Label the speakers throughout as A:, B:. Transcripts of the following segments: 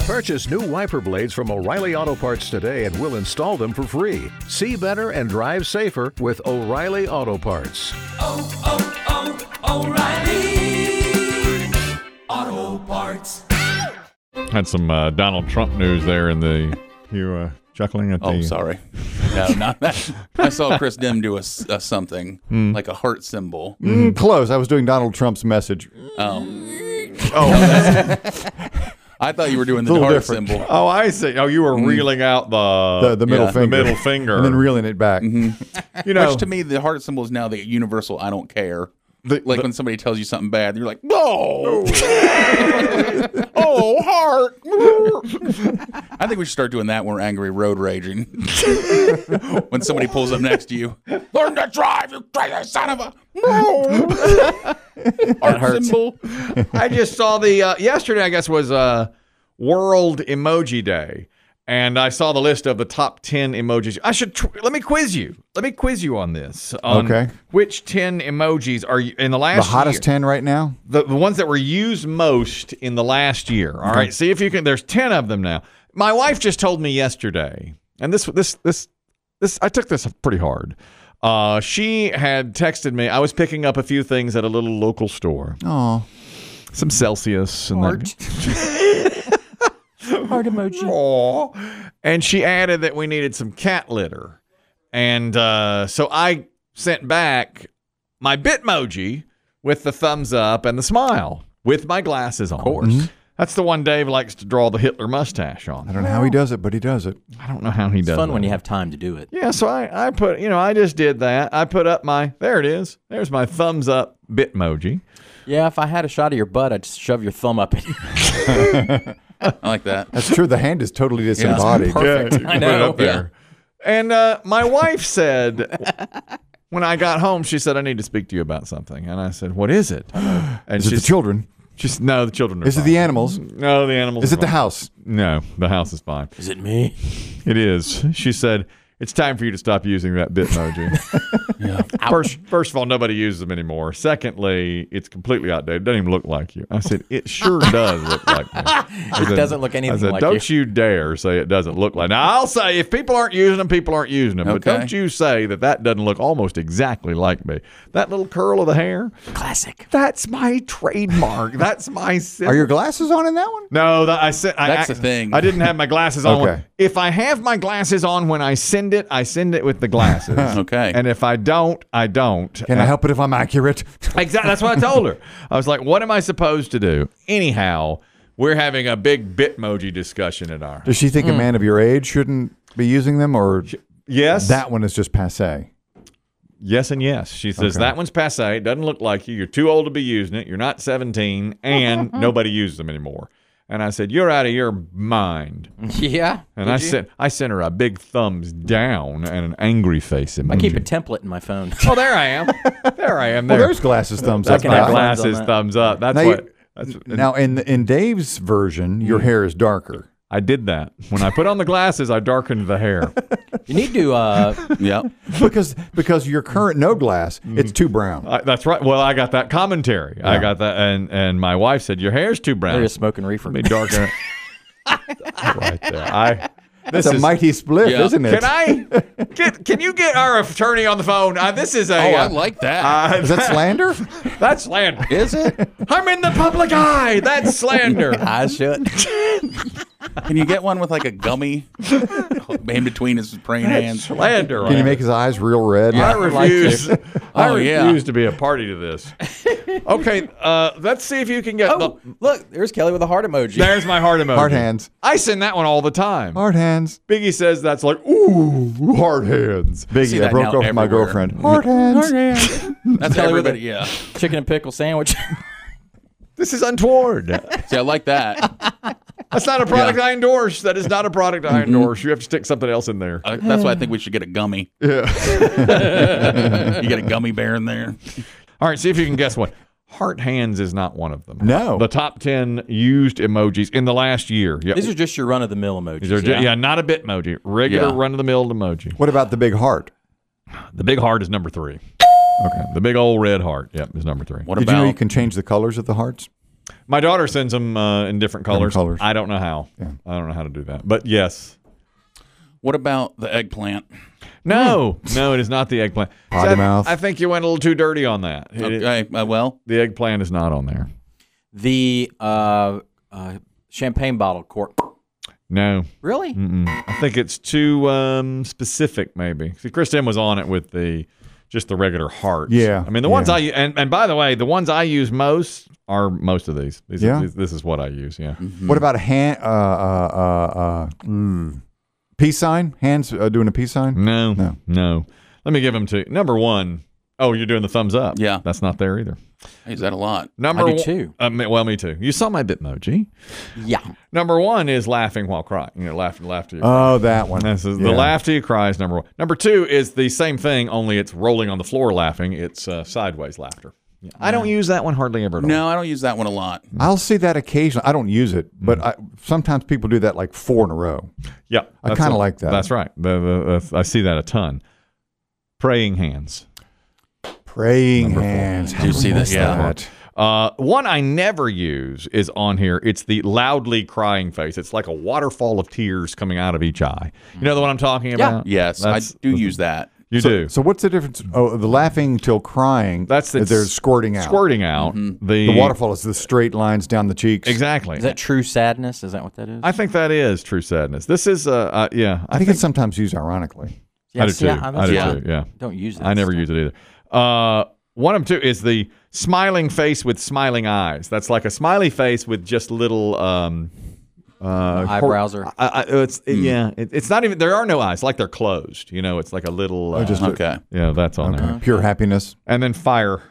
A: Purchase new wiper blades from O'Reilly Auto Parts today and we'll install them for free. See better and drive safer with O'Reilly Auto Parts.
B: oh, oh, O'Reilly Auto Parts.
C: Had some uh, Donald Trump news there in the. You uh, chuckling at the.
D: Oh, sorry. No, not that. I saw Chris Dim do a, s- a something
E: Hmm.
D: like a heart symbol.
C: Mm-hmm.
D: Um,
E: Mm, close. I was doing Donald Trump's message.
D: I thought you were doing the
E: Oh. Little
D: heart
E: different.
D: symbol.
C: Oh, I see. Oh, you were reeling out the
E: Mm. The, the middle
D: yeah, the
E: finger.
C: middle finger.
E: And then reeling it back.
C: Mm-hmm. you know,
D: Which to me, the heart symbol is now the universal. I don't care.
E: The-
D: like
E: the-
D: when somebody tells you something bad, you're like, no. oh, heart. I think we should start doing that when we're angry, road raging. when somebody pulls up next to you, learn to drive, you crazy son of a. No. heart symbol.
C: I just saw the uh, yesterday. I guess was uh, World Emoji Day, and I saw the list of the top ten emojis. I should tr- let me quiz you. Let me quiz you on this. on
E: Okay.
C: Which ten emojis are you in the last
E: The hottest
C: year-
E: 10 right now?
C: the, the ones that were used most in the last year. All right, see if you can. There's ten of them now. My wife just told me yesterday, and this this this this I took this pretty hard. Uh, she had texted me. I was picking up a few things at a little local store,
E: Oh.
C: some Celsius and that- Aw. And she added that we needed some cat litter. And uh, so I sent back my Bitmoji with the thumbs up and the smile with my glasses on. Of course. That's the one Dave likes to draw the Hitler mustache
E: I
C: on.
E: don't know how he does it, but he does it.
C: I don't know how he does
F: It's fun
C: that.
F: when you have time to do it.
C: Yeah, so I, I put, you know, I just did that. I put up my, there it is. There's my thumbs up Bitmoji.
F: Yeah, if I had a shot of your butt, I'd just shove your thumb up. in-
D: I like that.
E: That's true. The hand is totally
D: Yeah, it's
E: disembodied.
D: perfect.
F: I know.
D: Yeah.
C: And uh, my wife said, when I got home, she said, I need to speak to you about something. And I said, What is it? And
E: Is it the
C: she's-
E: children?
C: She's, no, the children are
E: Is it
C: fine.
E: the animals?
C: No, the animals.
E: Is
C: are
E: it the
C: fine.
E: house?
C: No, the house is fine.
F: Is it me?
C: It is. She said, It's time for you to stop using that Bitmoji. yeah. First, first of all, nobody uses them anymore. Secondly, it's completely outdated. It doesn't even look like you. I said, It sure does look like me. I
F: It doesn't look anything
C: I said,
F: like
C: don't you. dare say it doesn't look like. Now I'll say if people aren't using them, people aren't using them. But
D: Okay.
C: don't you say that that doesn't look almost exactly like me. That little curl of the hair,
F: Classic.
C: that's my trademark. that's my. Sim-
E: Are your glasses on in that one?
C: No, that I said. I,
D: That's
C: I-
D: the thing.
C: I didn't have my glasses on.
E: Okay.
C: If I have my glasses on when I send it, I send it with the glasses.
D: Okay.
C: And if I don't, I don't.
E: Can I help it if I'm accurate?
C: Exactly. That's what I told her. I was like, "What am I supposed to do?" Anyhow, we're having a big Bitmoji discussion at our.
E: Does she think a man of your age shouldn't be using them, or
C: Yes.
E: that one is just passe?
C: Yes and yes. She says
E: Okay.
C: that one's passe. It doesn't look like you. You're too old to be using it. You're not 17, and nobody uses them anymore. And I said, "You're out of your mind."
F: Yeah.
C: And I sent I sent her a big thumbs down and an angry face emoji.
F: I keep a template in my phone.
C: Oh, there I am. there I am.
E: Well,
C: There.
E: there's glasses thumbs
C: that's
E: up.
F: can
C: my
F: have
E: Now,
F: thumbs on
C: glasses.
F: that.
C: Thumbs up. That's
E: now you-
C: what. That's,
E: now, in in Dave's version,
C: Mm.
E: your hair is darker.
C: I did that when I put on the glasses. I darkened the hair.
F: You need to. Uh,
D: Yeah.
E: because because your current no glass,
C: Mm.
E: it's too brown.
C: I, that's right. Well, I got that commentary. I
E: Yeah.
C: got that, and and my wife said your hair's too brown.
F: they're just smoking reefer.
C: Let me darken it. right there. I. This
E: It's a
C: is-
E: mighty split,
D: Yeah.
E: isn't it?
C: Can I get? Can you get our attorney on the phone? Uh, this is a.
D: Oh, I
C: uh,
D: like that.
E: Is that slander?
C: that's slander.
D: Is it?
C: I'm in the public eye. That's slander.
F: I should.
D: Can you get one with like a gummy in between his praying hands?
C: Slander.
E: Can you make his eyes real red?
C: I
F: like
C: refuse. I
D: Oh, yeah.
C: refuse to be a party to this. Okay, uh, let's see if you can get.
F: Oh,
C: the,
F: look, there's Kelly with a heart emoji.
C: there's my heart emoji.
E: Hard hands.
C: I send that one all the time.
E: Hard hands.
C: Biggie says that's like ooh hard hands.
D: See
E: Biggie, I
D: that
E: broke
D: now
E: up with my
D: everywhere.
E: girlfriend. Hard hands.
D: That's everybody. Yeah.
F: Chicken and pickle sandwich.
C: This is untoward.
D: See, I like that.
C: that's not a product I endorse. That is not a product I endorse. You have to stick something else in there.
D: Uh, that's why I think we should get a gummy. Yeah. you get a gummy bear in there.
C: All right, see if you can guess one. Heart hands is not one of them.
E: No.
C: The top 10 used emojis in the last year. Yep.
F: These are just your run of the mill emojis.
C: These are ju- yeah. not a bitmoji. Regular
D: Yeah.
C: run of the mill emoji.
E: What about the big heart?
C: The big heart is number three. Okay. The big old red heart. Yep, is number three.
D: What
E: Did
D: about
E: you know you can change the colors of the hearts?
C: My daughter sends them uh, in different colors.
E: colors.
C: I don't know how. I don't know how to do that. But yes.
D: What about the eggplant?
C: No, no, it is not the eggplant.
E: Hmm. Potty
C: So I-
E: mouth.
C: I, think you went a little too dirty on that. It- it-
D: Okay, uh, well,
C: the eggplant is not on there.
F: The uh, uh, champagne bottle cork. Mm-hmm.
C: No,
F: Really?
C: I think it's too um, specific. Maybe see, Kristen was on it with the just the regular hearts.
E: Yeah,
C: I mean the
E: yeah.
C: ones I u- and and by the way, the ones I use most are most of these. these
E: Yeah. Mm-hmm.
C: yeah, this is what I use. Yeah,
D: Mm-hmm.
E: What about a hand? Uh, uh, uh, uh, mm, peace sign? Hands uh, doing a peace
D: Mm.
E: sign?
C: no,
E: No.
C: no, Let me give them to you. number one. Oh, you're doing the thumbs up.
D: Yeah.
C: that's not there either.
D: hey, is that a lot?
C: Number
F: do
C: one-
F: too.
C: uh, me- well, me too. You saw my Bitmoji.
F: Yeah.
C: Number one is laughing while crying. You know, laughing, laughter.
E: Oh, that one.
C: This is
E: Yeah.
C: the laugh till you cry is number one. Number two is the same thing, only it's rolling on the floor laughing. It's uh, sideways laughter. I don't use that one hardly ever. At all.
D: No, I don't use that one a lot.
E: I'll see that occasionally. I don't use it,
D: Mm.
E: but I, sometimes people do that like four in a row.
C: Yeah,
E: I
C: that's
E: kinda
C: a-
E: like that.
C: That's right. The- the- that's- I see that a ton. Praying hands.
E: Praying hands.
D: I do see that,
E: What's
D: yeah.
C: Uh, one I never use is on here. It's the loudly crying face. It's like a waterfall of tears coming out of each eye. You know the one I'm talking about?
D: Yes,
C: That's-
D: I do use that.
C: You
E: So,
C: do.
E: so what's the difference? Oh, the laughing till crying.
C: That's the
E: that they're squirting out.
C: Squirting out. The,
E: The waterfall is the straight lines down the cheeks.
C: Exactly.
F: Is that true sadness? Is that what that is?
C: I think that is true sadness. This is, uh, uh yeah.
E: I think it's sometimes used ironically.
F: yeah,
C: I do
F: see,
C: too.
F: that's
C: I do
F: why
C: too. Yeah.
F: Don't use it.
C: I never use it either. Uh, one of them too is the smiling face with smiling eyes. That's like a smiley face with just little um, uh,
F: Eyebrows
C: cor-
F: are-
C: I, I, it's
E: Hmm.
C: yeah. It, it's not even. There are no eyes. Like they're closed. You know. It's like a little. Uh,
E: Oh, just-
D: Okay.
C: yeah, that's on there.
E: Pure happiness.
C: And then fire.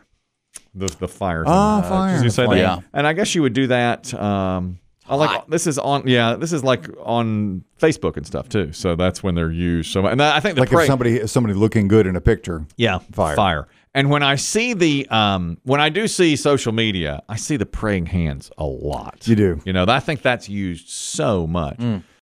C: The the fire. thing.
E: Ah, fire.
C: You say
D: Fire.
C: that.
D: Yeah.
C: And I guess you would do that. Um, I like this is on yeah this is like on Facebook and stuff too. So that's when they're used. So and I think the
E: Like if
C: pray-
E: somebody somebody looking good in a picture.
C: yeah,
E: Fire.
C: Fire. And when I see the um, when I do see social media, I see the praying hands a lot.
E: You do. Mm.
C: You know, I think that's used so much.